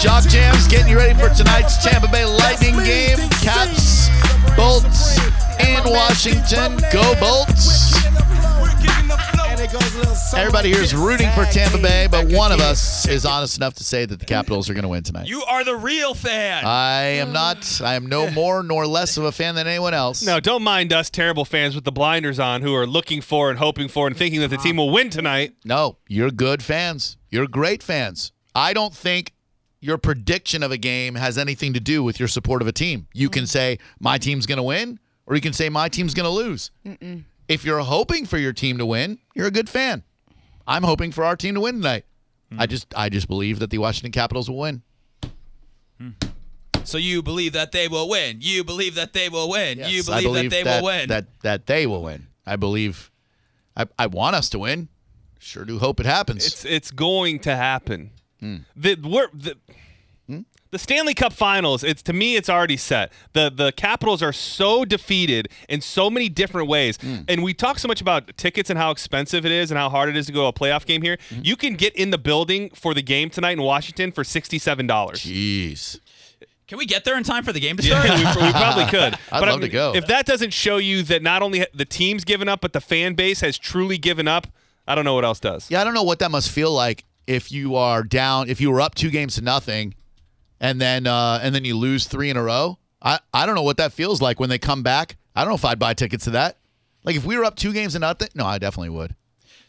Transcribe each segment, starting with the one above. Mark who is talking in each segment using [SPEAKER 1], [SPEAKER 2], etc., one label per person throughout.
[SPEAKER 1] Job Jams getting you ready for tonight's Tampa Bay Lightning game. Caps, Bolts, and Washington. Go Bolts! Everybody here is rooting for Tampa Bay, but one of us is honest enough to say that the Capitals are going to win tonight.
[SPEAKER 2] You are the real fan.
[SPEAKER 1] I am not. I am no more nor less of a fan than anyone else.
[SPEAKER 3] No, don't mind us terrible fans with the blinders on who are looking for and hoping for and thinking that the team will win tonight.
[SPEAKER 1] No, you're good fans. You're great fans. I don't think your prediction of a game has anything to do with your support of a team. You can say, my team's going to win, or you can say, my team's going to lose. If you're hoping for your team to win, you're a good fan. I'm hoping for our team to win tonight. I just I just believe that the Washington Capitals will win.
[SPEAKER 2] So you believe that they will win. You believe that they will win. you
[SPEAKER 1] Yes,
[SPEAKER 2] believe,
[SPEAKER 1] I believe
[SPEAKER 2] that they will win.
[SPEAKER 1] That that they will win. I believe I, I want us to win. Sure do hope it happens. Hmm.
[SPEAKER 3] It's it's going to happen. The we're, the, the Stanley Cup Finals. It's to me, it's already set. the The Capitals are so defeated in so many different ways,
[SPEAKER 1] Hmm.
[SPEAKER 3] and we talk so much about tickets and how expensive it is and how hard it is to go to a playoff game here.
[SPEAKER 1] Hmm.
[SPEAKER 3] You can get in the building for the game tonight in Washington for sixty seven dollars.
[SPEAKER 1] Jeez.
[SPEAKER 2] Can we get there in time for the game to
[SPEAKER 3] Yeah,
[SPEAKER 2] start?
[SPEAKER 3] we, we probably could.
[SPEAKER 1] I'd
[SPEAKER 3] But I
[SPEAKER 1] love to
[SPEAKER 3] mean,
[SPEAKER 1] go.
[SPEAKER 3] If that doesn't show you that not only the team's given up, but the fan base has truly given up, I don't know what else does.
[SPEAKER 1] Yeah, I don't know what that must feel like if you are down, if you were up two games to nothing, and then uh, and then you lose three in a row. I I don't know what that feels like when they come back. I don't know if I'd buy tickets to that. Like if we were up two games to nothing, no, I definitely would.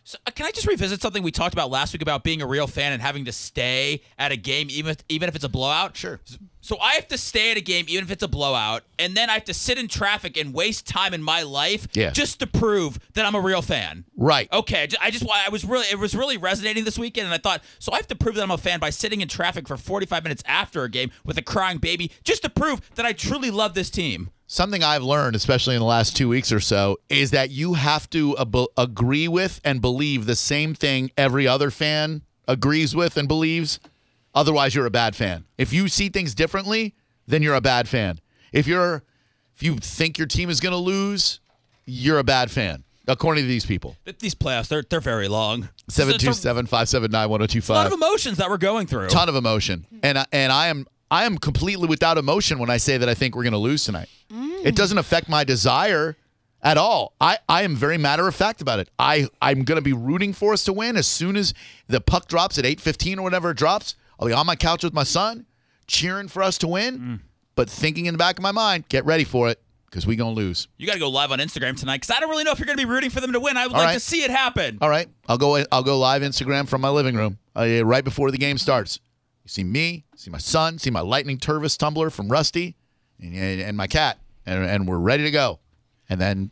[SPEAKER 2] So, uh, can I just revisit something we talked about last week about being a real fan and having to stay at a game even if, even if it's a blowout?
[SPEAKER 1] Sure.
[SPEAKER 2] So I have to stay at a game even if it's a blowout, and then I have to sit in traffic and waste time in my life
[SPEAKER 1] Yeah.
[SPEAKER 2] just to prove that I'm a real fan.
[SPEAKER 1] Right.
[SPEAKER 2] Okay, I ju- I just wa- I was really it was really resonating this weekend, and I thought so I have to prove that I'm a fan by sitting in traffic for 45 minutes after a game with a crying baby just to prove that I truly love this team.
[SPEAKER 1] Something I've learned, especially in the last two weeks or so, is that you have to ab- agree with and believe the same thing every other fan agrees with and believes. Otherwise, you're a bad fan. If you see things differently, then you're a bad fan. If you're if you think your team is going to lose, you're a bad fan, according to these people.
[SPEAKER 2] Th- These playoffs they're they're very long. It's a- it's a-
[SPEAKER 1] 727 579
[SPEAKER 2] A lot of
[SPEAKER 1] 1025.
[SPEAKER 2] emotions that we're going through.
[SPEAKER 1] Ton of emotion. And I, and I am I am completely without emotion when I say that I think we're going to lose tonight. It doesn't affect my desire at all. I, I am very matter of fact about it. I I'm going to be rooting for us to win as soon as the puck drops at 8:15 or whatever it drops. I'll be on my couch with my son cheering for us to win, but thinking in the back of my mind, get ready for it cuz we going to lose.
[SPEAKER 2] You got to go live on Instagram tonight because I don't really know if you're going to be rooting for them to win. I would
[SPEAKER 1] All
[SPEAKER 2] like
[SPEAKER 1] right.
[SPEAKER 2] to see it happen.
[SPEAKER 1] All right, I'll go. I'll go live Instagram from my living room uh, right before the game starts. You see me, see my son, see my lightning turvis tumbler from Rusty, and, and, and my cat, and, and we're ready to go. And then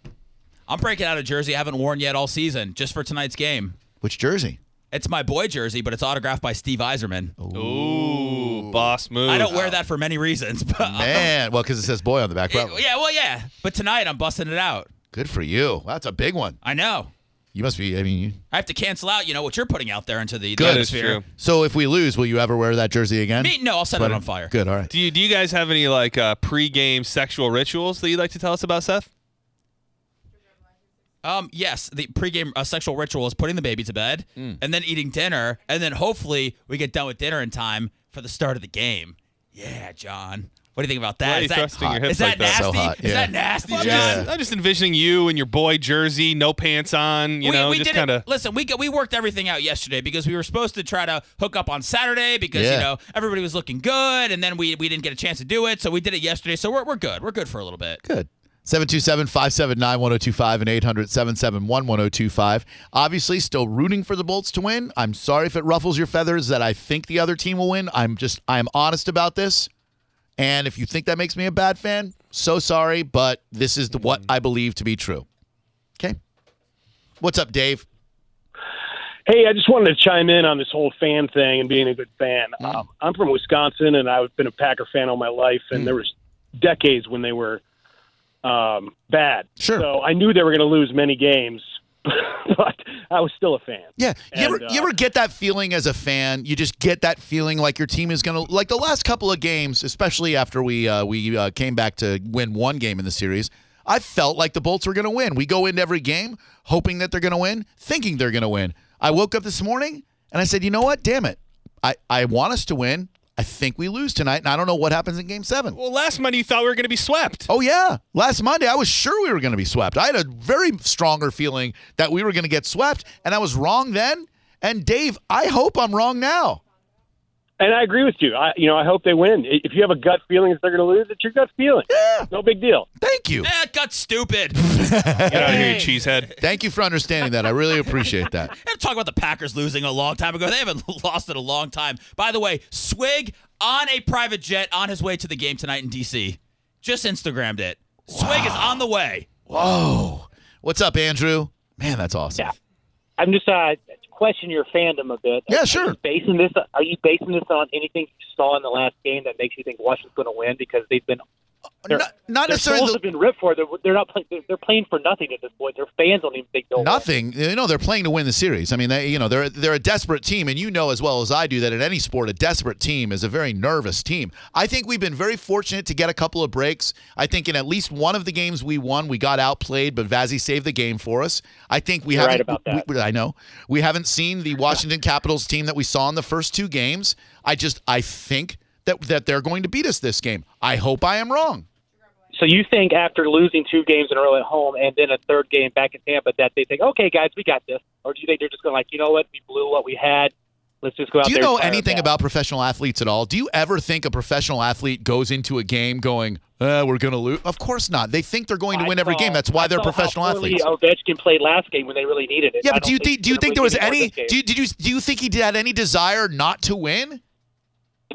[SPEAKER 2] I'm breaking out a jersey I haven't worn yet all season just for tonight's game.
[SPEAKER 1] which jersey?
[SPEAKER 2] It's my boy jersey, but it's autographed by Steve Eiserman.
[SPEAKER 3] Ooh, boss move.
[SPEAKER 2] I don't wear that for many reasons, but
[SPEAKER 1] Man, well, because it says boy on the back. Probably.
[SPEAKER 2] yeah, well, yeah. But tonight I'm busting it out.
[SPEAKER 1] Good for you. That's a big one.
[SPEAKER 2] I know.
[SPEAKER 1] You must be. I mean, you,
[SPEAKER 2] I have to cancel out, you know, what you're putting out there into the the
[SPEAKER 3] That is
[SPEAKER 2] atmosphere.
[SPEAKER 3] true.
[SPEAKER 1] so if we lose, will you ever wear that jersey again?
[SPEAKER 2] Me, no, I'll set it on fire.
[SPEAKER 1] Good. All right.
[SPEAKER 3] Do you, do you guys have any like uh, pre-game sexual rituals that you'd like to tell us about, Seth?
[SPEAKER 2] Um, yes, the pregame uh, sexual ritual is putting the baby to bed and then eating dinner, and then hopefully we get done with dinner in time for the start of the game. Yeah, John. What do you think about
[SPEAKER 3] Why are
[SPEAKER 2] that?
[SPEAKER 3] you
[SPEAKER 2] Is that,
[SPEAKER 3] thrusting your
[SPEAKER 2] hot?
[SPEAKER 3] hips
[SPEAKER 2] Is that
[SPEAKER 3] like that?
[SPEAKER 2] nasty?
[SPEAKER 1] So hot,
[SPEAKER 2] Is
[SPEAKER 1] yeah.
[SPEAKER 2] that nasty,
[SPEAKER 3] I'm,
[SPEAKER 2] John?
[SPEAKER 3] just, I'm just envisioning you and your boy jersey, no pants on. You
[SPEAKER 2] we,
[SPEAKER 3] know,
[SPEAKER 2] we
[SPEAKER 3] just
[SPEAKER 2] did it-
[SPEAKER 3] kind of.
[SPEAKER 2] listen. We got- we worked everything out yesterday because we were supposed to try to hook up on Saturday because
[SPEAKER 1] Yeah.
[SPEAKER 2] you know everybody was looking good, and then we we didn't get a chance to do it, so we did it yesterday. So we're we're good. We're good for a little bit.
[SPEAKER 1] Good. 727 579 1025 and 800 771 1025. Obviously, still rooting for the Bolts to win. I'm sorry if it ruffles your feathers that I think the other team will win. I'm just, I'm honest about this. And if you think that makes me a bad fan, so sorry, but this is the, what I believe to be true. Okay. What's up, Dave?
[SPEAKER 4] Hey, I just wanted to chime in on this whole fan thing and being a good fan.
[SPEAKER 1] Mm.
[SPEAKER 4] Um, I'm from Wisconsin, and I've been a Packer fan all my life,
[SPEAKER 1] Mm.
[SPEAKER 4] and there was decades when they were um, bad.
[SPEAKER 1] Sure.
[SPEAKER 4] So I knew they were going to lose many games, but I was still a fan.
[SPEAKER 1] Yeah. You
[SPEAKER 4] And,
[SPEAKER 1] ever, you
[SPEAKER 4] uh,
[SPEAKER 1] ever get that feeling as a fan? You just get that feeling like your team is going to, like the last couple of games, especially after we uh, we uh, came back to win one game in the series, I felt like the Bolts were going to win. We go into every game hoping that they're going to win, thinking they're going to win. I woke up this morning and I said, you know what? Damn it. I, I want us to win. I think we lose tonight, and I don't know what happens in game seven.
[SPEAKER 3] Well, last Monday you thought we were going to be swept.
[SPEAKER 1] Oh yeah, last Monday I was sure we were going to be swept. I had a very stronger feeling that we were going to get swept, and I was wrong then. And Dave, I hope I'm wrong now.
[SPEAKER 4] And I agree with you. I, you know, I hope they win. If you have a gut feeling that they're going to lose, it's your gut feeling.
[SPEAKER 1] Yeah.
[SPEAKER 4] No big deal.
[SPEAKER 1] Thank you.
[SPEAKER 2] That Eh, got stupid.
[SPEAKER 3] Get out of here, you cheesehead.
[SPEAKER 1] Thank you for understanding that. I really appreciate that.
[SPEAKER 2] I'm talking about the Packers losing a long time ago. They haven't lost in a long time. By the way, Swig on a private jet on his way to the game tonight in D.C. Just Instagrammed it. Swig is on the way.
[SPEAKER 1] Whoa. What's up, Andrew? Man, that's awesome.
[SPEAKER 5] Yeah. I'm just uh, question your fandom a bit.
[SPEAKER 1] Yeah,
[SPEAKER 5] Are you
[SPEAKER 1] sure.
[SPEAKER 5] basing this, are you basing this on anything you saw in the last game that makes you think Washington's going to win because they've been their,
[SPEAKER 1] Not, not
[SPEAKER 5] their
[SPEAKER 1] necessarily
[SPEAKER 5] souls
[SPEAKER 1] the-
[SPEAKER 5] have been ripped for. They're, they're not playing. They're, they're playing for nothing at this point. Their fans don't even think they'll win.
[SPEAKER 1] Nothing. You know, they're playing to win the series. I mean, they, you know, they're they're a desperate team, and you know as well as I do that in any sport, a desperate team is a very nervous team. I think we've been very fortunate to get a couple of breaks. I think in at least one of the games we won, we got outplayed, but Vazzy saved the game for us. I think we
[SPEAKER 5] You're
[SPEAKER 1] haven't.
[SPEAKER 5] right about that.
[SPEAKER 1] we- I know we haven't seen the Washington Capitals team that we saw in the first two games. I just I think that that they're going to beat us this game. I hope I am wrong.
[SPEAKER 5] So you think after losing two games in a row at home and then a third game back in Tampa that they think, okay, guys, we got this, or do you think they're just going to like, you know what, we blew what we had. Let's just go out
[SPEAKER 1] Do you
[SPEAKER 5] there.
[SPEAKER 1] know
[SPEAKER 5] and fire
[SPEAKER 1] anything
[SPEAKER 5] back.
[SPEAKER 1] about professional athletes at all? Do you ever think a professional athlete goes into a game going, uh, "We're going to lose"? Of course not. They think they're going to
[SPEAKER 5] I
[SPEAKER 1] win every
[SPEAKER 5] saw-
[SPEAKER 1] game. That's why
[SPEAKER 5] I
[SPEAKER 1] they're
[SPEAKER 5] saw how
[SPEAKER 1] professional
[SPEAKER 5] poorly
[SPEAKER 1] athletes.
[SPEAKER 5] Ovechkin played last game when they really needed it.
[SPEAKER 1] Yeah,
[SPEAKER 5] I
[SPEAKER 1] but
[SPEAKER 5] don't
[SPEAKER 1] do you
[SPEAKER 5] think
[SPEAKER 1] think, do you
[SPEAKER 5] he's
[SPEAKER 1] think there
[SPEAKER 5] gonna
[SPEAKER 1] was
[SPEAKER 5] really get
[SPEAKER 1] any?
[SPEAKER 5] more this
[SPEAKER 1] Do
[SPEAKER 5] game.
[SPEAKER 1] you, did you do you think he had any desire not to win?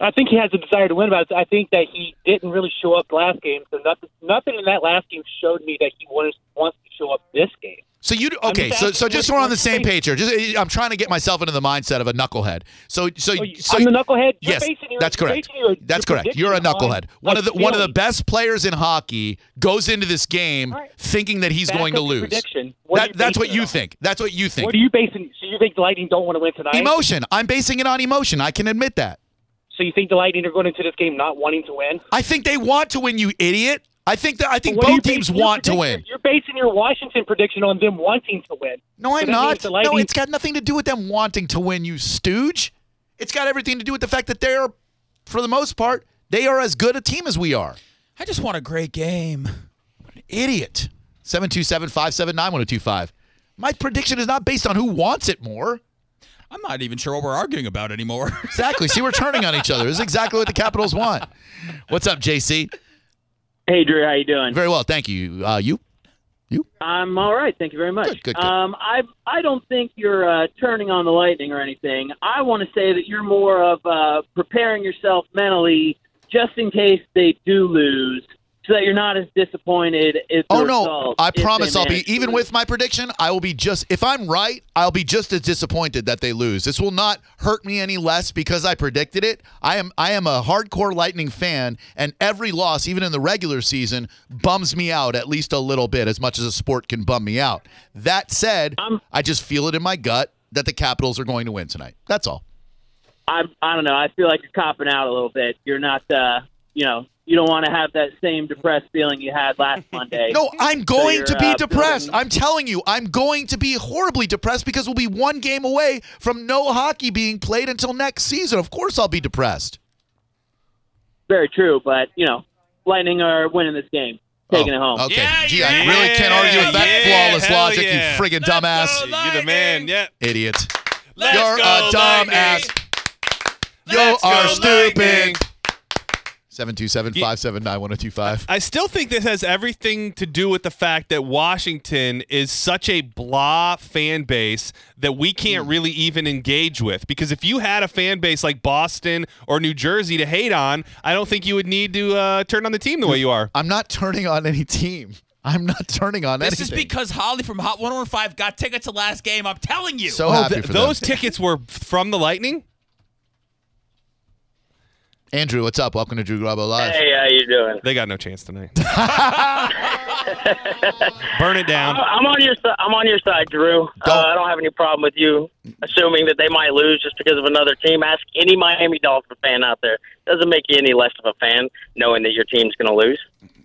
[SPEAKER 5] I think he has a desire to win, but I think that he didn't really show up last game. So nothing, nothing in that last game showed me that he wants wants to show up this game.
[SPEAKER 1] So you okay?
[SPEAKER 5] just
[SPEAKER 1] So
[SPEAKER 5] asking
[SPEAKER 1] so just so
[SPEAKER 5] what-
[SPEAKER 1] we're on the
[SPEAKER 5] what-
[SPEAKER 1] same page here. Just I'm trying to get myself into the mindset of a knucklehead. So so
[SPEAKER 5] So Oh, you-
[SPEAKER 1] so
[SPEAKER 5] I'm the knucklehead. You're
[SPEAKER 1] yes,
[SPEAKER 5] basing your-
[SPEAKER 1] that's
[SPEAKER 5] you're
[SPEAKER 1] correct.
[SPEAKER 5] basing your-
[SPEAKER 1] that's
[SPEAKER 5] your
[SPEAKER 1] correct. You're a
[SPEAKER 5] prediction on
[SPEAKER 1] knucklehead. One of the one of the
[SPEAKER 5] feeling.
[SPEAKER 1] best players in hockey goes into this game
[SPEAKER 5] All right.
[SPEAKER 1] thinking that he's
[SPEAKER 5] Back
[SPEAKER 1] going
[SPEAKER 5] up
[SPEAKER 1] to
[SPEAKER 5] your
[SPEAKER 1] lose.
[SPEAKER 5] Prediction. What are
[SPEAKER 1] That- that's
[SPEAKER 5] basing
[SPEAKER 1] what
[SPEAKER 5] it
[SPEAKER 1] you
[SPEAKER 5] on?
[SPEAKER 1] think. That's what you think.
[SPEAKER 5] What are you basing? So you think the Lightning don't want to win tonight?
[SPEAKER 1] emotion. I'm basing it on emotion. I can admit that.
[SPEAKER 5] So you think the Lightning are going into this game not wanting to win?
[SPEAKER 1] I think they want to win, you idiot. I think that I think
[SPEAKER 5] What are you
[SPEAKER 1] both teams
[SPEAKER 5] basing your
[SPEAKER 1] want to
[SPEAKER 5] prediction-
[SPEAKER 1] win.
[SPEAKER 5] You're basing your Washington prediction on them wanting to win.
[SPEAKER 1] No, I'm
[SPEAKER 5] that
[SPEAKER 1] not.
[SPEAKER 5] means the
[SPEAKER 1] no,
[SPEAKER 5] Lightning-
[SPEAKER 1] it's got nothing to do with them wanting to win, you stooge. It's got everything to do with the fact that they are, for the most part, they are as good a team as we are.
[SPEAKER 2] I just want a great game.
[SPEAKER 1] Idiot. 727-579-1025. My prediction is not based on who wants it more.
[SPEAKER 2] I'm not even sure what we're arguing about anymore.
[SPEAKER 1] Exactly. See, we're turning on each other. This is exactly what the Capitals want. What's up, JC?
[SPEAKER 6] Hey Drew, how you doing?
[SPEAKER 1] Very well, thank you. Uh, you?
[SPEAKER 6] I'm all right, thank you very much.
[SPEAKER 1] Good, good, good.
[SPEAKER 6] Um, I I don't think you're uh, turning on the lightning or anything. I want to say that you're more of uh, preparing yourself mentally just in case they do lose, so that you're not as disappointed. If the
[SPEAKER 1] Oh no!
[SPEAKER 6] result-
[SPEAKER 1] I
[SPEAKER 6] if they
[SPEAKER 1] promise I'll be e-
[SPEAKER 6] manage to
[SPEAKER 1] even
[SPEAKER 6] lose.
[SPEAKER 1] with my prediction. I will be just if I'm right, I'll be just as disappointed that they lose. This will not hurt me any less because I predicted it. I am I am a hardcore Lightning fan, and every loss, even in the regular season, bums me out at least a little bit, as much as a sport can bum me out. That said,
[SPEAKER 6] I'm-
[SPEAKER 1] I just feel it in my gut that the Capitals are going to win tonight. That's all.
[SPEAKER 6] I I don't know. I feel like you're copping out a little bit. You're not uh you know you don't want to have that same depressed feeling you had last Monday.
[SPEAKER 1] No, I'm going
[SPEAKER 6] you're,
[SPEAKER 1] to be
[SPEAKER 6] uh,
[SPEAKER 1] depressed.
[SPEAKER 6] building-
[SPEAKER 1] I'm telling you, I'm going to be horribly depressed because we'll be one game away from no hockey being played until next season. Of course, I'll be depressed.
[SPEAKER 6] very true, but you know, Lightning are winning this game, taking
[SPEAKER 1] Oh,
[SPEAKER 6] it home.
[SPEAKER 1] Okay.
[SPEAKER 2] Yeah,
[SPEAKER 1] Gee, I
[SPEAKER 2] yeah,
[SPEAKER 1] really can't argue with that
[SPEAKER 3] yeah,
[SPEAKER 1] flawless
[SPEAKER 3] hell
[SPEAKER 1] logic,
[SPEAKER 3] yeah.
[SPEAKER 1] you friggin' dumbass.
[SPEAKER 2] go, Lightning.
[SPEAKER 3] You're the man. Yeah.
[SPEAKER 1] Idiot.
[SPEAKER 2] Let's
[SPEAKER 1] You're
[SPEAKER 2] go,
[SPEAKER 1] a
[SPEAKER 2] Lightning.
[SPEAKER 1] dumbass. You
[SPEAKER 3] Let's go,
[SPEAKER 1] are
[SPEAKER 3] Lightning.
[SPEAKER 1] stupid. 727 579 1025.
[SPEAKER 3] I still think this has everything to do with the fact that Washington is such a blah fan base that we can't
[SPEAKER 1] Hmm.
[SPEAKER 3] really even engage with. Because if you had a fan base like Boston or New Jersey to hate on, I don't think you would need to uh, turn on the team the way you are.
[SPEAKER 1] I'm not turning on any team. I'm not turning on
[SPEAKER 2] This is
[SPEAKER 1] anything.
[SPEAKER 2] because Holly from Hot 105 got tickets to last game. I'm telling you.
[SPEAKER 1] so happy
[SPEAKER 3] th-
[SPEAKER 1] for
[SPEAKER 3] those
[SPEAKER 1] them.
[SPEAKER 3] tickets were from the Lightning.
[SPEAKER 1] Andrew, what's up? Welcome to Drew Grabo Live.
[SPEAKER 6] Hey, how you doing?
[SPEAKER 3] They got no chance tonight. Burn it down.
[SPEAKER 6] I'm on your si- I'm on your side, Drew.
[SPEAKER 1] Don't-
[SPEAKER 6] Uh, I don't have any problem with you assuming that they might lose just because of another team. Ask any Miami Dolphin fan out there. Doesn't make you any less of a fan knowing that your team's going to lose.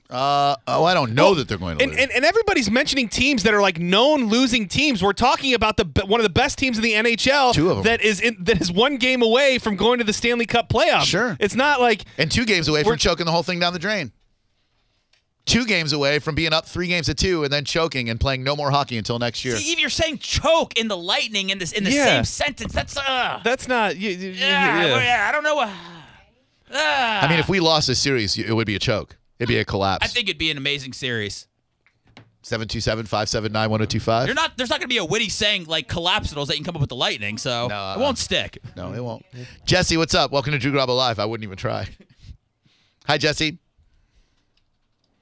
[SPEAKER 1] Uh, oh, I don't know that they're going to
[SPEAKER 3] And,
[SPEAKER 1] lose.
[SPEAKER 3] and, and everybody's mentioning teams that are like known losing teams. We're talking about the be- one of the best teams in the NHL
[SPEAKER 1] Two of 'em.
[SPEAKER 3] that is in, that is one game away from going to the Stanley Cup playoff.
[SPEAKER 1] Sure.
[SPEAKER 3] It's not like
[SPEAKER 1] And two games away
[SPEAKER 3] We're-
[SPEAKER 1] from choking the whole thing down the drain. Two games away from being up three games to two and then choking and playing no more hockey until next year.
[SPEAKER 2] See, even you're saying choke in the lightning in this in the
[SPEAKER 3] Yeah.
[SPEAKER 2] same sentence. That's uh.
[SPEAKER 3] that's not you, you-
[SPEAKER 2] yeah,
[SPEAKER 3] yeah.
[SPEAKER 2] well, yeah, I don't know. Uh, Ah.
[SPEAKER 1] I mean, if we lost this series, it would be a choke. It'd be a collapse.
[SPEAKER 2] I think it'd be an amazing series.
[SPEAKER 1] 727 579 1025.
[SPEAKER 2] You're not. There's not going to be a witty saying like collapsibles that you can come up with the lightning, so
[SPEAKER 1] No,
[SPEAKER 2] it
[SPEAKER 1] uh,
[SPEAKER 2] won't stick.
[SPEAKER 1] No, it won't. Jesse, what's up? Welcome to Drew Grabo Live. I wouldn't even try. Hi, Jesse.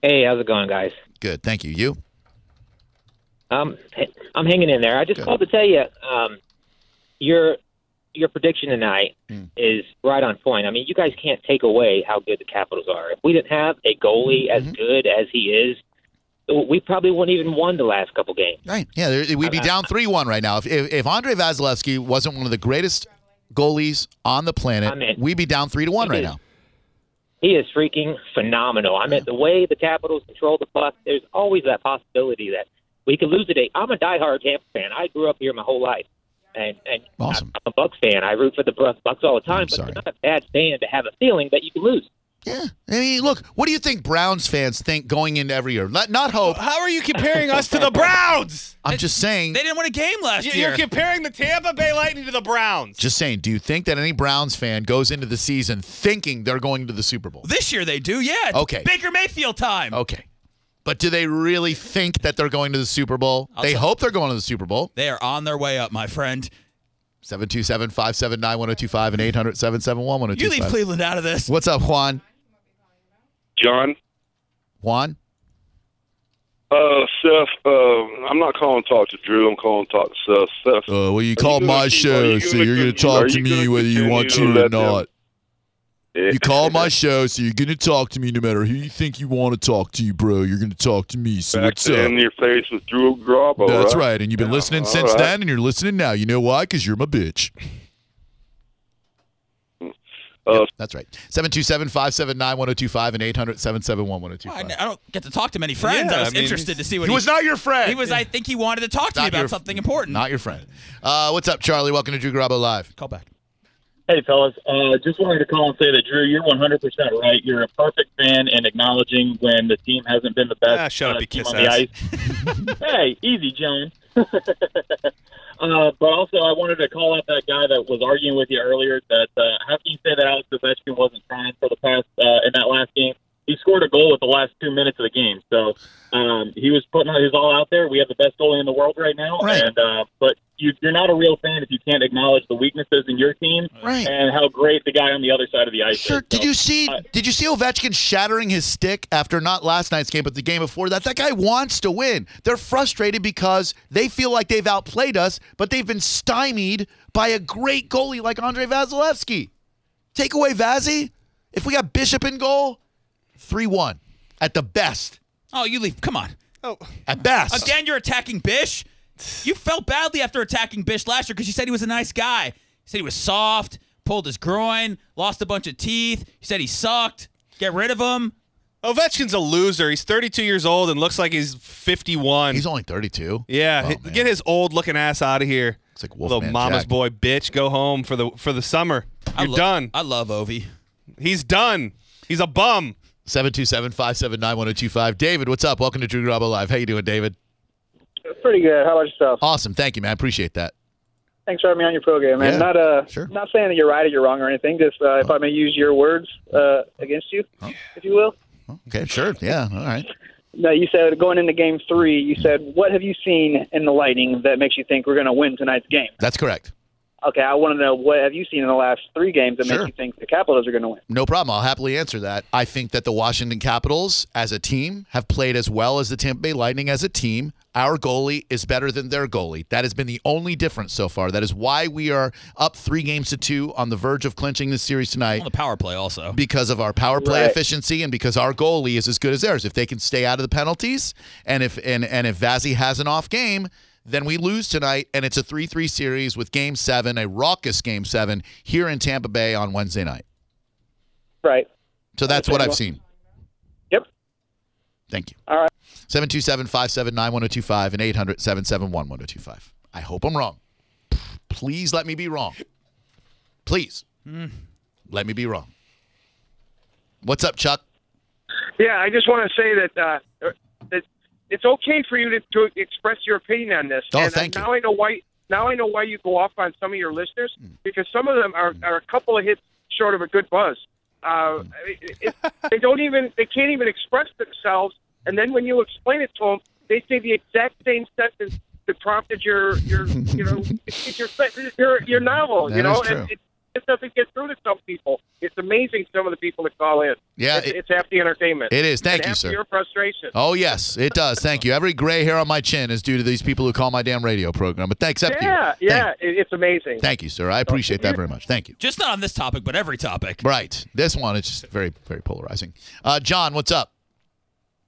[SPEAKER 7] Hey, how's it going, guys?
[SPEAKER 1] Good. Thank you. You?
[SPEAKER 7] Um, I'm hanging in there. I just
[SPEAKER 1] Good.
[SPEAKER 7] called to tell you, um, your your prediction tonight is right on point. I mean, you guys can't take away how good the Capitals are. If we didn't have a goalie as good as he is, we probably wouldn't even won the last couple games.
[SPEAKER 1] Right. Yeah, there, we'd be down 3 1 right now. If, if, if Andre Vasilevsky wasn't one of the greatest goalies on the planet,
[SPEAKER 7] I'm in.
[SPEAKER 1] we'd be down 3 to 1 right now.
[SPEAKER 7] He is freaking phenomenal. I mean, the way the Capitals control the puck, there's always that possibility that we could lose today. I'm a diehard Tampa fan. I grew up here my whole life, and and
[SPEAKER 1] Awesome.
[SPEAKER 7] I'm a Bucks fan. I root for the Bucks Bucks all the time.
[SPEAKER 1] I'm
[SPEAKER 7] but
[SPEAKER 1] sorry.
[SPEAKER 7] it's not a bad fan to have a feeling that you can lose.
[SPEAKER 1] Yeah. I mean, look, what do you think Browns fans think going into every year? Not, not hope.
[SPEAKER 3] How are you comparing us to the Browns?
[SPEAKER 1] I'm just saying.
[SPEAKER 2] They didn't win a game last
[SPEAKER 3] You-
[SPEAKER 2] year.
[SPEAKER 3] You're comparing the Tampa Bay Lightning to the Browns.
[SPEAKER 1] Just saying. Do you think that any Browns fan goes into the season thinking they're going to the Super Bowl?
[SPEAKER 2] this year they do, yeah. It's
[SPEAKER 1] Okay. Oh.
[SPEAKER 2] Baker Mayfield time.
[SPEAKER 1] Okay. But do they really think that they're going to the Super Bowl? they hope they're going to the Super Bowl.
[SPEAKER 2] They are on their way up, my friend.
[SPEAKER 1] 727 579 1025 and 800 771
[SPEAKER 2] You leave
[SPEAKER 1] 1025.
[SPEAKER 2] Cleveland out of this.
[SPEAKER 1] What's up, Juan?
[SPEAKER 8] John.
[SPEAKER 1] Juan?
[SPEAKER 8] Uh, Seth, um, I'm not calling to talk to Drew. I'm calling to talk to Seth. Seth,
[SPEAKER 1] Uh, well, you
[SPEAKER 8] called gonna my keep- show, are you so gonna you're gonna continue- talk are to you me gonna whether you want continue to to or let them- not.
[SPEAKER 9] You called my show, so you're gonna talk to me no matter who you think you want to talk to, bro. You're gonna talk to me. So
[SPEAKER 8] back
[SPEAKER 9] what's
[SPEAKER 8] to
[SPEAKER 9] up?
[SPEAKER 8] in your face with Drew Grabo.
[SPEAKER 9] That's right. And you've been
[SPEAKER 8] Yeah,
[SPEAKER 9] listening
[SPEAKER 8] all
[SPEAKER 9] since
[SPEAKER 8] right.
[SPEAKER 9] then, and you're listening now. You know why? Because you're my bitch.
[SPEAKER 8] Uh,
[SPEAKER 1] That's right. 727 579 1025 and 800 771
[SPEAKER 2] Well, I,
[SPEAKER 1] 1025.
[SPEAKER 2] I don't get to talk to many friends.
[SPEAKER 3] Yeah,
[SPEAKER 2] I was
[SPEAKER 3] I mean,
[SPEAKER 2] interested to see what
[SPEAKER 1] He
[SPEAKER 2] he
[SPEAKER 1] was not your friend.
[SPEAKER 2] He was. I think he wanted to talk to
[SPEAKER 1] Not
[SPEAKER 2] me about
[SPEAKER 1] your-
[SPEAKER 2] something important.
[SPEAKER 1] Not your friend. Uh, what's up, Charlie? Welcome to Drew Garabo Live.
[SPEAKER 2] Call back.
[SPEAKER 5] Hey, fellas. Uh, just wanted to call and say that, Drew, you're 100% right. You're a perfect fan in acknowledging when the team hasn't been the best
[SPEAKER 3] Ah, shut up,
[SPEAKER 5] uh,
[SPEAKER 3] you
[SPEAKER 5] team
[SPEAKER 3] kiss
[SPEAKER 5] on the
[SPEAKER 3] ass.
[SPEAKER 5] ice. hey, easy, John. uh, but also, I wanted to call out that guy that was arguing with you earlier that uh, how can you say that Alex Ovechkin wasn't trying for the past uh, in that last game? He scored a goal with the last two minutes of the game. So um, he was putting his all out there. We have the best goalie in the world right now.
[SPEAKER 1] Right.
[SPEAKER 5] And uh, But you, you're not a real fan if you can't acknowledge the weaknesses in your team
[SPEAKER 1] Right.
[SPEAKER 5] and how great the guy on the other side of the ice
[SPEAKER 1] Sure.
[SPEAKER 5] is.
[SPEAKER 1] Did
[SPEAKER 5] So,
[SPEAKER 1] you see?
[SPEAKER 5] I-
[SPEAKER 1] Did you see Ovechkin shattering his stick after not last night's game, but the game before that? That guy wants to win. They're frustrated because they feel like they've outplayed us, but they've been stymied by a great goalie like Andre Vasilevsky. Take away Vazzy, if we got Bishop in goal, three-one at the best.
[SPEAKER 2] Oh, you leave. Come on.
[SPEAKER 3] Oh.
[SPEAKER 1] At best.
[SPEAKER 2] Again, you're attacking Bish. You felt badly after attacking Bish last year because you said he was a nice guy. You said he was soft, pulled his groin, lost a bunch of teeth. You said he sucked. Get rid of him.
[SPEAKER 3] Ovechkin's a loser. He's 32 years old and looks like he's 51.
[SPEAKER 1] He's only thirty-two.
[SPEAKER 3] yeah,
[SPEAKER 1] Oh,
[SPEAKER 3] h-
[SPEAKER 1] man.
[SPEAKER 3] get his old looking ass out of here.
[SPEAKER 1] It's like
[SPEAKER 3] Little
[SPEAKER 1] Wolfman
[SPEAKER 3] mama's
[SPEAKER 1] Jack.
[SPEAKER 3] boy, bitch. Go home for the for the summer.
[SPEAKER 2] I
[SPEAKER 3] You're
[SPEAKER 2] lo-
[SPEAKER 3] done.
[SPEAKER 2] I love Ovi.
[SPEAKER 3] He's done. He's a bum.
[SPEAKER 1] 727-579-1025. David, what's up? Welcome to Drew Garabo Live. How you doing, David?
[SPEAKER 10] Pretty good. How about yourself?
[SPEAKER 1] Awesome. Thank you, man. I appreciate that.
[SPEAKER 10] Thanks for having me on your program, man.
[SPEAKER 1] Yeah,
[SPEAKER 10] not uh,
[SPEAKER 1] sure. Oh.
[SPEAKER 10] not saying that you're right or you're wrong or anything. Just uh, if I may use your words uh, against you, if you will.
[SPEAKER 1] Okay, sure. Yeah, all right.
[SPEAKER 10] No, you said going into Game Three, you said, "What have you seen in the Lightning that makes you think we're going to win tonight's game?"
[SPEAKER 1] That's correct.
[SPEAKER 10] Okay, I want to know what have you seen in the last three games that
[SPEAKER 1] Sure.
[SPEAKER 10] makes you think the Capitals are going to win.
[SPEAKER 1] No problem. I'll happily answer that. I think that the Washington Capitals as a team have played as well as the Tampa Bay Lightning as a team. Our goalie is better than their goalie. That has been the only difference so far. That is why we are up three games to two on the verge of clinching this series tonight
[SPEAKER 2] On the power play, also.
[SPEAKER 1] because of our power play
[SPEAKER 10] Right.
[SPEAKER 1] efficiency and because our goalie is as good as theirs. If they can stay out of the penalties and if and, and if Vazzy has an off game, then we lose tonight and it's a 3-3 series with game 7, a raucous game 7 here in Tampa Bay on Wednesday night.
[SPEAKER 10] Right.
[SPEAKER 1] So that's what I've
[SPEAKER 10] Understandable.
[SPEAKER 1] seen.
[SPEAKER 10] Yep.
[SPEAKER 1] Thank you.
[SPEAKER 10] All right.
[SPEAKER 1] 727 579 1025 and 800 771 1025. I hope I'm wrong. Please let me be wrong. Please. Let me be wrong. What's up, Chuck?
[SPEAKER 11] Yeah, I just want to say that uh, that it's okay for you to, to express your opinion on this.
[SPEAKER 1] Oh,
[SPEAKER 11] and
[SPEAKER 1] thank
[SPEAKER 11] now I know why. Now I know why you go off on some of your listeners
[SPEAKER 1] Hmm.
[SPEAKER 11] because some of them are, are a couple of hits short of a good buzz.
[SPEAKER 1] Hmm.
[SPEAKER 11] Uh, it, it, they don't even they can't even express themselves, and then when you explain it to them, they say the exact same sentence that prompted your your you know your your, your novel.
[SPEAKER 1] That
[SPEAKER 11] you know,
[SPEAKER 1] is true.
[SPEAKER 11] And it, it doesn't get through to some people. It's amazing some of the people that call in.
[SPEAKER 1] Yeah,
[SPEAKER 11] it's,
[SPEAKER 1] it-
[SPEAKER 11] it's half the entertainment.
[SPEAKER 1] It is. Thank
[SPEAKER 11] And
[SPEAKER 1] you,
[SPEAKER 11] half
[SPEAKER 1] sir.
[SPEAKER 11] Your frustration.
[SPEAKER 1] Oh, yes, it does. Thank you. Every gray hair on my chin is due to these people who call my damn radio program. But thanks, except
[SPEAKER 11] yeah,
[SPEAKER 1] you.
[SPEAKER 11] yeah,
[SPEAKER 1] Thank,
[SPEAKER 11] it, it's amazing.
[SPEAKER 1] thank you, sir. I appreciate that very much. Thank you.
[SPEAKER 2] Just not on this topic, but every topic.
[SPEAKER 1] Right. This one is just very, very polarizing. Uh, John, what's up?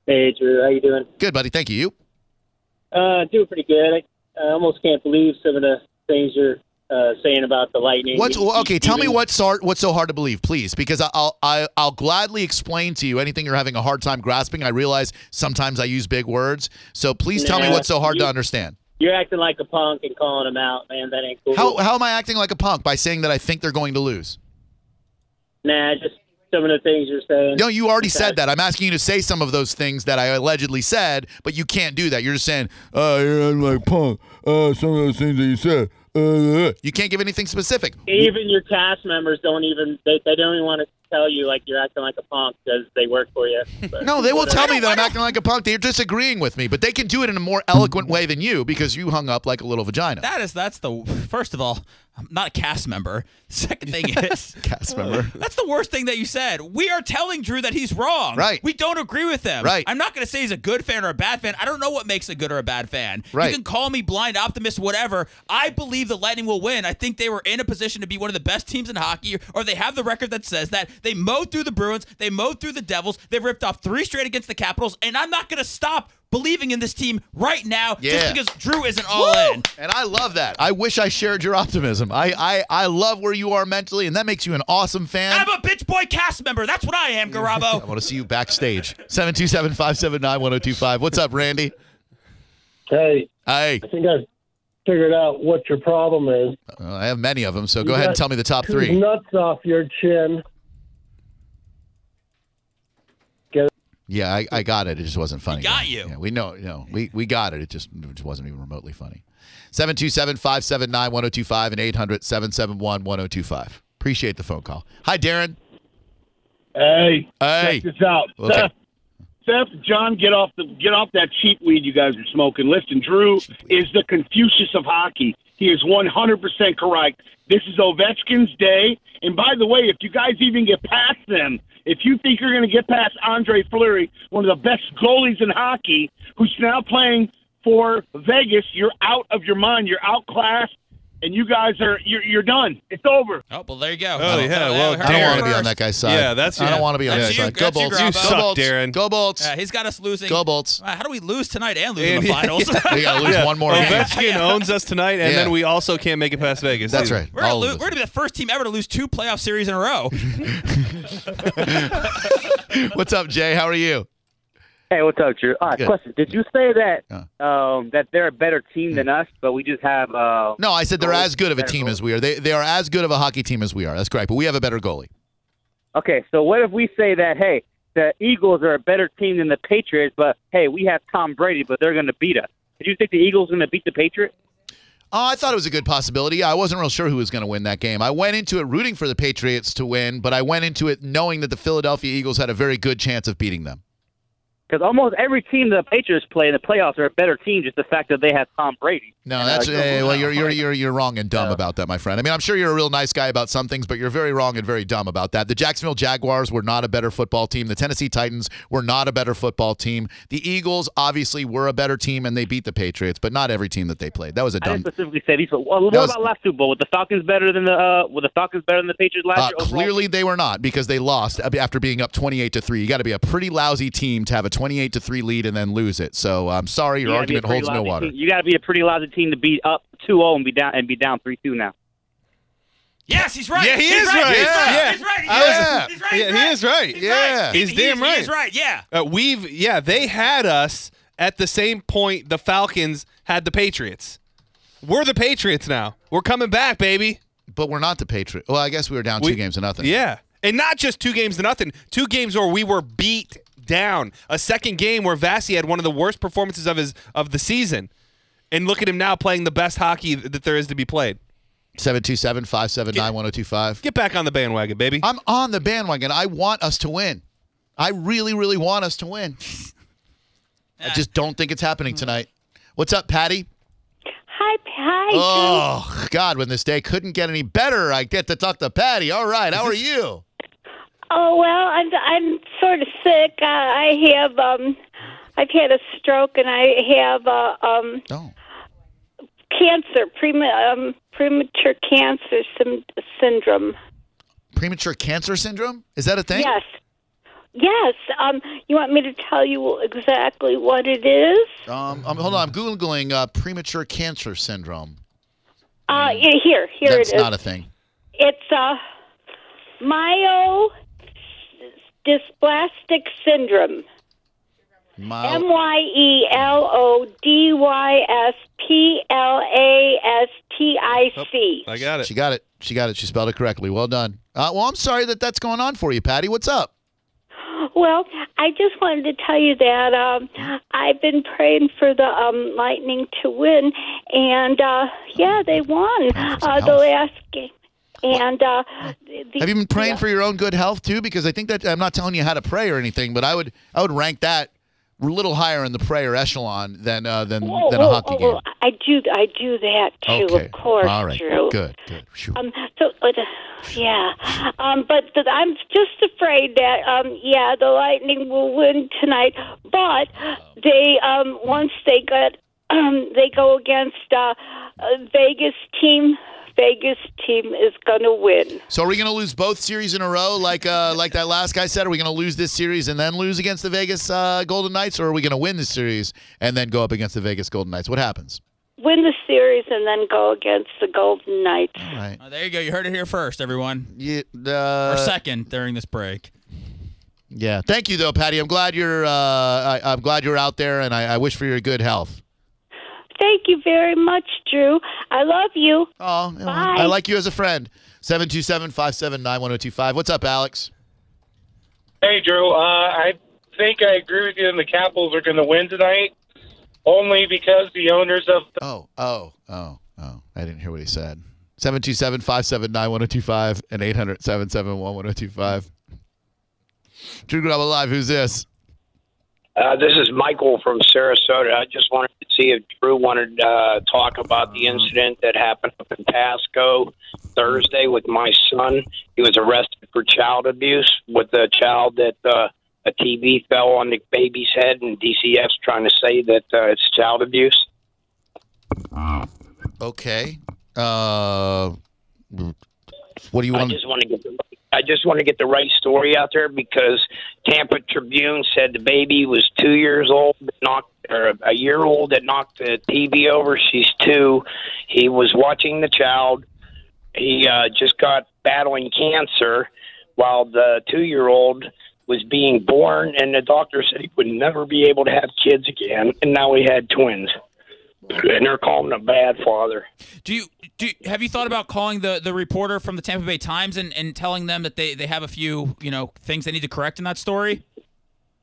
[SPEAKER 5] Hey, Drew, how you doing?
[SPEAKER 1] Good, buddy. Thank you. You?
[SPEAKER 5] Uh, doing pretty good. I, I almost can't believe some of the things you're uh, saying about the lightning.
[SPEAKER 1] What's
[SPEAKER 5] and
[SPEAKER 1] well, okay? Tell me
[SPEAKER 5] even-
[SPEAKER 1] what's hard, what's so hard to believe, please, because I- I'll I, I'll gladly explain to you anything you're having a hard time grasping. I realize sometimes I use big words, so please tell me
[SPEAKER 5] Nah,
[SPEAKER 1] what's so hard
[SPEAKER 5] you-
[SPEAKER 1] to understand.
[SPEAKER 5] You're acting like a punk and calling them out, man. That ain't cool.
[SPEAKER 1] How how am I acting like a punk by saying that I think they're going to lose?
[SPEAKER 5] Nah, just some of the things you're saying.
[SPEAKER 1] No, you already said that. I'm asking you to say some of those things that I allegedly said, but you can't do that. You're just saying
[SPEAKER 9] Uh, you're acting like punk. Uh, some of those things that you said. Uh,
[SPEAKER 1] you can't give anything specific.
[SPEAKER 5] Even your cast members don't even they, they don't even want to tell you like you're acting like a punk because they work for you. But
[SPEAKER 1] No, they will
[SPEAKER 5] whatever.
[SPEAKER 1] tell me that I'm acting like a punk. They're disagreeing with me, but they can do it in a more eloquent way than you because you hung up like a little vagina.
[SPEAKER 2] That is that's the first of all, I'm not a cast member. Second thing is
[SPEAKER 1] Cast member.
[SPEAKER 2] that's the worst thing that you said. We are telling Drew that he's wrong.
[SPEAKER 1] Right.
[SPEAKER 2] We don't agree with him.
[SPEAKER 1] Right.
[SPEAKER 2] I'm not going to say he's a good fan or a bad fan. I don't know what makes a good or a bad fan.
[SPEAKER 1] Right.
[SPEAKER 2] You can call me blind optimist, whatever. I believe the Lightning will win. I think they were in a position to be one of the best teams in hockey, or they have the record that says that. They mowed through the Bruins. They mowed through the Devils. They ripped off three straight against the Capitals, and I'm not going to stop believing in this team right now
[SPEAKER 1] Yeah.
[SPEAKER 2] just because Drew isn't all in.
[SPEAKER 1] And I love that. I wish I shared your optimism. I, I, I love where you are mentally, and that makes you an awesome fan.
[SPEAKER 2] I'm a bitch boy cast member. That's what I am,
[SPEAKER 1] I
[SPEAKER 2] Garabo.
[SPEAKER 1] want to see you backstage. 727 579 1025. What's up, Randy?
[SPEAKER 12] Hey,
[SPEAKER 1] Hey,
[SPEAKER 12] I think I figured out what your problem is.
[SPEAKER 1] uh, I have many of them, so go
[SPEAKER 12] You
[SPEAKER 1] ahead and
[SPEAKER 12] got
[SPEAKER 1] tell me the top
[SPEAKER 12] Two
[SPEAKER 1] three.
[SPEAKER 12] Nuts off your chin. Get it?
[SPEAKER 1] Yeah, I, I got it. It just wasn't funny.
[SPEAKER 2] got
[SPEAKER 1] Yeah.
[SPEAKER 2] you.
[SPEAKER 1] Yeah, we know. No, we, we got it. It just, it just wasn't even remotely funny. 727 579 1025 and 800 771 1025. Appreciate the phone call. Hi, Darren.
[SPEAKER 13] Hey,
[SPEAKER 1] Hey.
[SPEAKER 13] check this out.
[SPEAKER 1] Okay.
[SPEAKER 13] Seth, Seth, John, get off the get off that cheap weed you guys are smoking. Listen, Drew is the Confucius of hockey. He is one hundred percent correct. This is Ovechkin's day. And by the way, if you guys even get past them, if you think you're going to get past Andre Fleury, one of the best goalies in hockey, who's now playing for Vegas, you're out of your mind. You're outclassed, and you guys are you're, you're done. It's over.
[SPEAKER 2] Oh, well, there you go.
[SPEAKER 3] Oh, yeah, well,
[SPEAKER 1] I don't want to
[SPEAKER 3] Darren.
[SPEAKER 1] be on that guy's side.
[SPEAKER 3] Yeah, that's-
[SPEAKER 1] I don't
[SPEAKER 3] yeah.
[SPEAKER 1] want to be on
[SPEAKER 2] That's
[SPEAKER 1] that
[SPEAKER 2] you-
[SPEAKER 1] side. Go
[SPEAKER 2] that's you,
[SPEAKER 1] Bolts.
[SPEAKER 2] Grubbo. You
[SPEAKER 3] suck,
[SPEAKER 1] Go Bolts.
[SPEAKER 3] Darren.
[SPEAKER 1] Go Bolts.
[SPEAKER 2] Yeah, he's got us losing.
[SPEAKER 1] Go Bolts.
[SPEAKER 2] Wow, how do we lose tonight and lose in the
[SPEAKER 3] Yeah.
[SPEAKER 2] finals?
[SPEAKER 1] We gotta lose one more game.
[SPEAKER 3] Ovechkin owns us tonight, and
[SPEAKER 1] Yeah.
[SPEAKER 3] then we also can't make it past Vegas.
[SPEAKER 1] That's
[SPEAKER 3] either.
[SPEAKER 1] right.
[SPEAKER 2] We're gonna,
[SPEAKER 1] All of
[SPEAKER 2] lo-
[SPEAKER 1] us.
[SPEAKER 2] we're gonna be the first team ever to lose two playoff series in a row.
[SPEAKER 1] What's up, Jay? How are you?
[SPEAKER 14] Hey, what's up, Drew? Uh,
[SPEAKER 1] Good.
[SPEAKER 14] question: Did you say that um, that they're a better team than us, but we just have? Uh,
[SPEAKER 1] No, I said they're as good of a team as we are. They they are as good of a hockey team as we are. That's correct. But we have a better goalie.
[SPEAKER 14] Okay, so what if we say that? Hey, the Eagles are a better team than the Patriots, but hey, we have Tom Brady, but they're going to beat us. Did you think the Eagles going to beat the Patriots?
[SPEAKER 1] Oh, I thought it was a good possibility. I wasn't real sure who was going to win that game. I went into it rooting for the Patriots to win, but I went into it knowing that the Philadelphia Eagles had a very good chance of beating them.
[SPEAKER 14] Because almost every team the Patriots play in the playoffs are a better team. Just the fact that they have Tom Brady.
[SPEAKER 1] No,
[SPEAKER 14] And,
[SPEAKER 1] that's
[SPEAKER 14] uh,
[SPEAKER 1] eh, well, you're you're you're you're wrong and dumb about that, my friend. I mean, I'm sure you're a real nice guy about some things, but you're very wrong and very dumb about that. The Jacksonville Jaguars were not a better football team. The Tennessee Titans were not a better football team. The Eagles obviously were a better team and they beat the Patriots, but not every team that they played. That was a
[SPEAKER 14] I didn't
[SPEAKER 1] dumb.
[SPEAKER 14] specifically say these. But well, what
[SPEAKER 1] That was-
[SPEAKER 14] about last Super Bowl? Were the Falcons better than the uh, were the Falcons better than the Patriots last
[SPEAKER 1] Uh,
[SPEAKER 14] year? overall?
[SPEAKER 1] clearly, they were not because they lost ab- after being up 28 to three. You got to be a pretty lousy team to have a 28 to three lead and then lose it. So I'm sorry, your
[SPEAKER 14] You gotta be a
[SPEAKER 1] argument
[SPEAKER 14] pretty
[SPEAKER 1] holds no
[SPEAKER 14] lousy
[SPEAKER 1] water.
[SPEAKER 14] oh team- You got to be a pretty lousy team to be up 2-0 and be down and be down 3-2 now.
[SPEAKER 2] Yes, he's right.
[SPEAKER 15] Yeah, he
[SPEAKER 2] he's
[SPEAKER 15] is right.
[SPEAKER 2] He's right.
[SPEAKER 15] Yeah.
[SPEAKER 2] He's right.
[SPEAKER 15] I was-
[SPEAKER 2] Yeah. He's right.
[SPEAKER 3] Yeah, he is right.
[SPEAKER 2] He's right.
[SPEAKER 3] He's
[SPEAKER 2] He-
[SPEAKER 3] damn right.
[SPEAKER 2] He's right. Yeah.
[SPEAKER 3] Uh, we've yeah, they had us at the same point the Falcons had the Patriots. We're the Patriots now. We're coming back, baby.
[SPEAKER 1] But we're not the Patriots. Well, I guess we were down two games to nothing.
[SPEAKER 3] Yeah. And not just two games to nothing. Two games where we were beat down. A second game where Vasi had one of the worst performances of his of the season. And look at him now playing the best hockey that there is to be played.
[SPEAKER 1] 727 579 1025.
[SPEAKER 3] Get back on the bandwagon, baby.
[SPEAKER 1] I'm on the bandwagon. I want us to win. I really, really want us to win. I just don't think it's happening tonight. What's up, Patty?
[SPEAKER 16] Hi, hi. Drew.
[SPEAKER 1] Oh, God, when this day couldn't get any better, I get to talk to Patty. All right, how are you?
[SPEAKER 16] Oh well, I'm I'm sort of sick. Uh, I have um, I've had a stroke and I have uh, um,
[SPEAKER 1] Oh.
[SPEAKER 16] cancer, prema- um, premature cancer sym- syndrome.
[SPEAKER 1] Premature cancer syndrome? Is that a thing?
[SPEAKER 16] Yes, yes. Um, you want me to tell you exactly what it is?
[SPEAKER 1] Um, um, hold on, I'm Googling uh, premature cancer syndrome.
[SPEAKER 16] Uh, yeah, here, here
[SPEAKER 1] Mm. That's
[SPEAKER 16] it is.
[SPEAKER 1] not a thing.
[SPEAKER 16] It's uh, myelodysplastic syndrome.
[SPEAKER 1] My-
[SPEAKER 16] M Y E L O D Y S P L A S T I C.
[SPEAKER 1] Oh,
[SPEAKER 3] I got it.
[SPEAKER 1] She got it. She got it. She spelled it correctly. Well done. Uh, well, I'm sorry that that's going on for you, Patty. What's up? oh.
[SPEAKER 16] Well, I just wanted to tell you that um, I've been praying for the um, Lightning to win, and uh, yeah, they won uh, the last game. And uh, the,
[SPEAKER 1] Have you been praying for your own good health too? Because I think that I'm not telling you how to pray or anything, but I would I would rank that a little higher in the prayer echelon than uh, than
[SPEAKER 16] Oh,
[SPEAKER 1] than a
[SPEAKER 16] oh,
[SPEAKER 1] hockey
[SPEAKER 16] oh,
[SPEAKER 1] game.
[SPEAKER 16] oh, I do, I do that too,
[SPEAKER 1] okay.
[SPEAKER 16] of course,
[SPEAKER 1] All right.
[SPEAKER 16] Drew.
[SPEAKER 1] Good. Good. Phew.
[SPEAKER 16] Um, so, uh, the- yeah. Um, but the, I'm just afraid that, um, yeah, the Lightning will win tonight. But they, um, once they get, um, they go against uh, a Vegas team. Vegas team is going to win.
[SPEAKER 1] So are we going to lose both series in a row, like uh, like that last guy said? Are we going to lose this series and then lose against the Vegas uh, Golden Knights, or are we going to win this series and then go up against the Vegas Golden Knights? What happens?
[SPEAKER 16] Win the series and then go against the Golden Knights.
[SPEAKER 1] All right. uh,
[SPEAKER 2] Uh, there you go. You heard it here first, everyone.
[SPEAKER 1] Yeah,
[SPEAKER 2] or second during this break.
[SPEAKER 1] Yeah. Thank you though, Patty. I'm glad you're uh, I, I'm glad you're out there, and I, I wish for your good health.
[SPEAKER 16] Thank you very much, Drew. I love you.
[SPEAKER 1] Oh, Bye. I like you as a friend. 727-579-1025. What's up, Alex?
[SPEAKER 17] Hey, Drew. Uh, I think I agree with you, and the Capitals are going to win tonight, only because the owners of the
[SPEAKER 1] oh oh oh oh I didn't hear what he said. 727-579-1025 and 800-771-1025. Drew Grubble Live, who's this?
[SPEAKER 18] Uh, this is Michael from Sarasota. I just wanted to see if Drew wanted to uh, talk about the incident that happened up in Pasco Thursday with my son. He was arrested for child abuse with a child that uh, a TV fell on the baby's head, and DCF's trying to say that uh, it's child abuse.
[SPEAKER 1] Okay. Uh what do you
[SPEAKER 18] I
[SPEAKER 1] want?
[SPEAKER 18] just want to get the, I just want to get the right story out there because Tampa Tribune said the baby was two years old that knocked or a year old that knocked the TV over. She's two. He was watching the child. He uh, just got battling cancer while the two year old was being born, and the doctor said he would never be able to have kids again. And now he had twins, and they're calling him a bad father.
[SPEAKER 2] Do you do? you- Have you thought about calling the, the reporter from the Tampa Bay Times and, and telling them that they, they have a few you know things they need to correct in that story?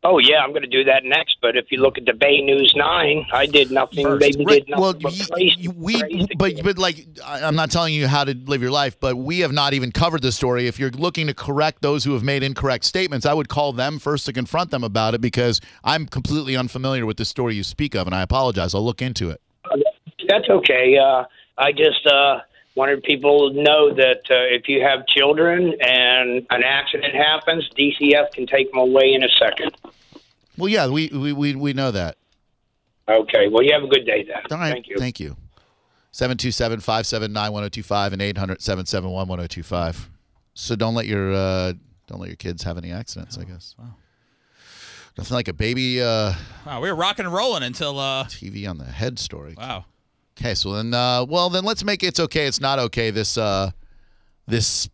[SPEAKER 18] Oh yeah, I'm going to do that next. But if you look at the Bay News Nine, I did nothing. they did
[SPEAKER 1] Right,
[SPEAKER 18] nothing
[SPEAKER 1] well,
[SPEAKER 18] but
[SPEAKER 1] ye-
[SPEAKER 18] praise-
[SPEAKER 1] we but but like I- I'm not telling you how to live your life, but we have not even covered the story. If you're looking to correct those who have made incorrect statements, I would call them first to confront them about it because I'm completely unfamiliar with the story you speak of, and I apologize. I'll look into it.
[SPEAKER 18] That's okay. Uh, I just uh, wanted people to know that uh, if you have children and an accident happens, DCF can take them away in a second.
[SPEAKER 1] Well, yeah, we we we, we know that.
[SPEAKER 18] Okay. Well, you have a good day then.
[SPEAKER 1] All right,
[SPEAKER 18] Thank you.
[SPEAKER 1] Thank you. 727-579-1025 and 800-771-1025. So don't let your uh, don't let your kids have any accidents, I guess. Wow. Nothing like a baby uh,
[SPEAKER 2] Wow, we Oh, were rocking and rolling until uh,
[SPEAKER 1] TV on the head story.
[SPEAKER 2] wow.
[SPEAKER 1] Okay, so then, uh, well, then let's make it's okay. It's not okay. This uh, this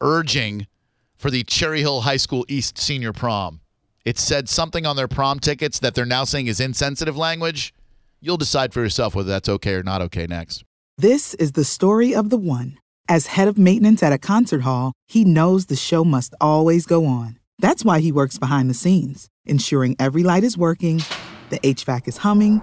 [SPEAKER 1] urging for the Cherry Hill High School East senior prom. It said something on their prom tickets that they're now saying is insensitive language. You'll decide for yourself whether that's okay or not okay next.
[SPEAKER 15] This is the story of the one. As head of maintenance at a concert hall, he knows the show must always go on. That's why he works behind the scenes, ensuring every light is working, the HVAC is humming,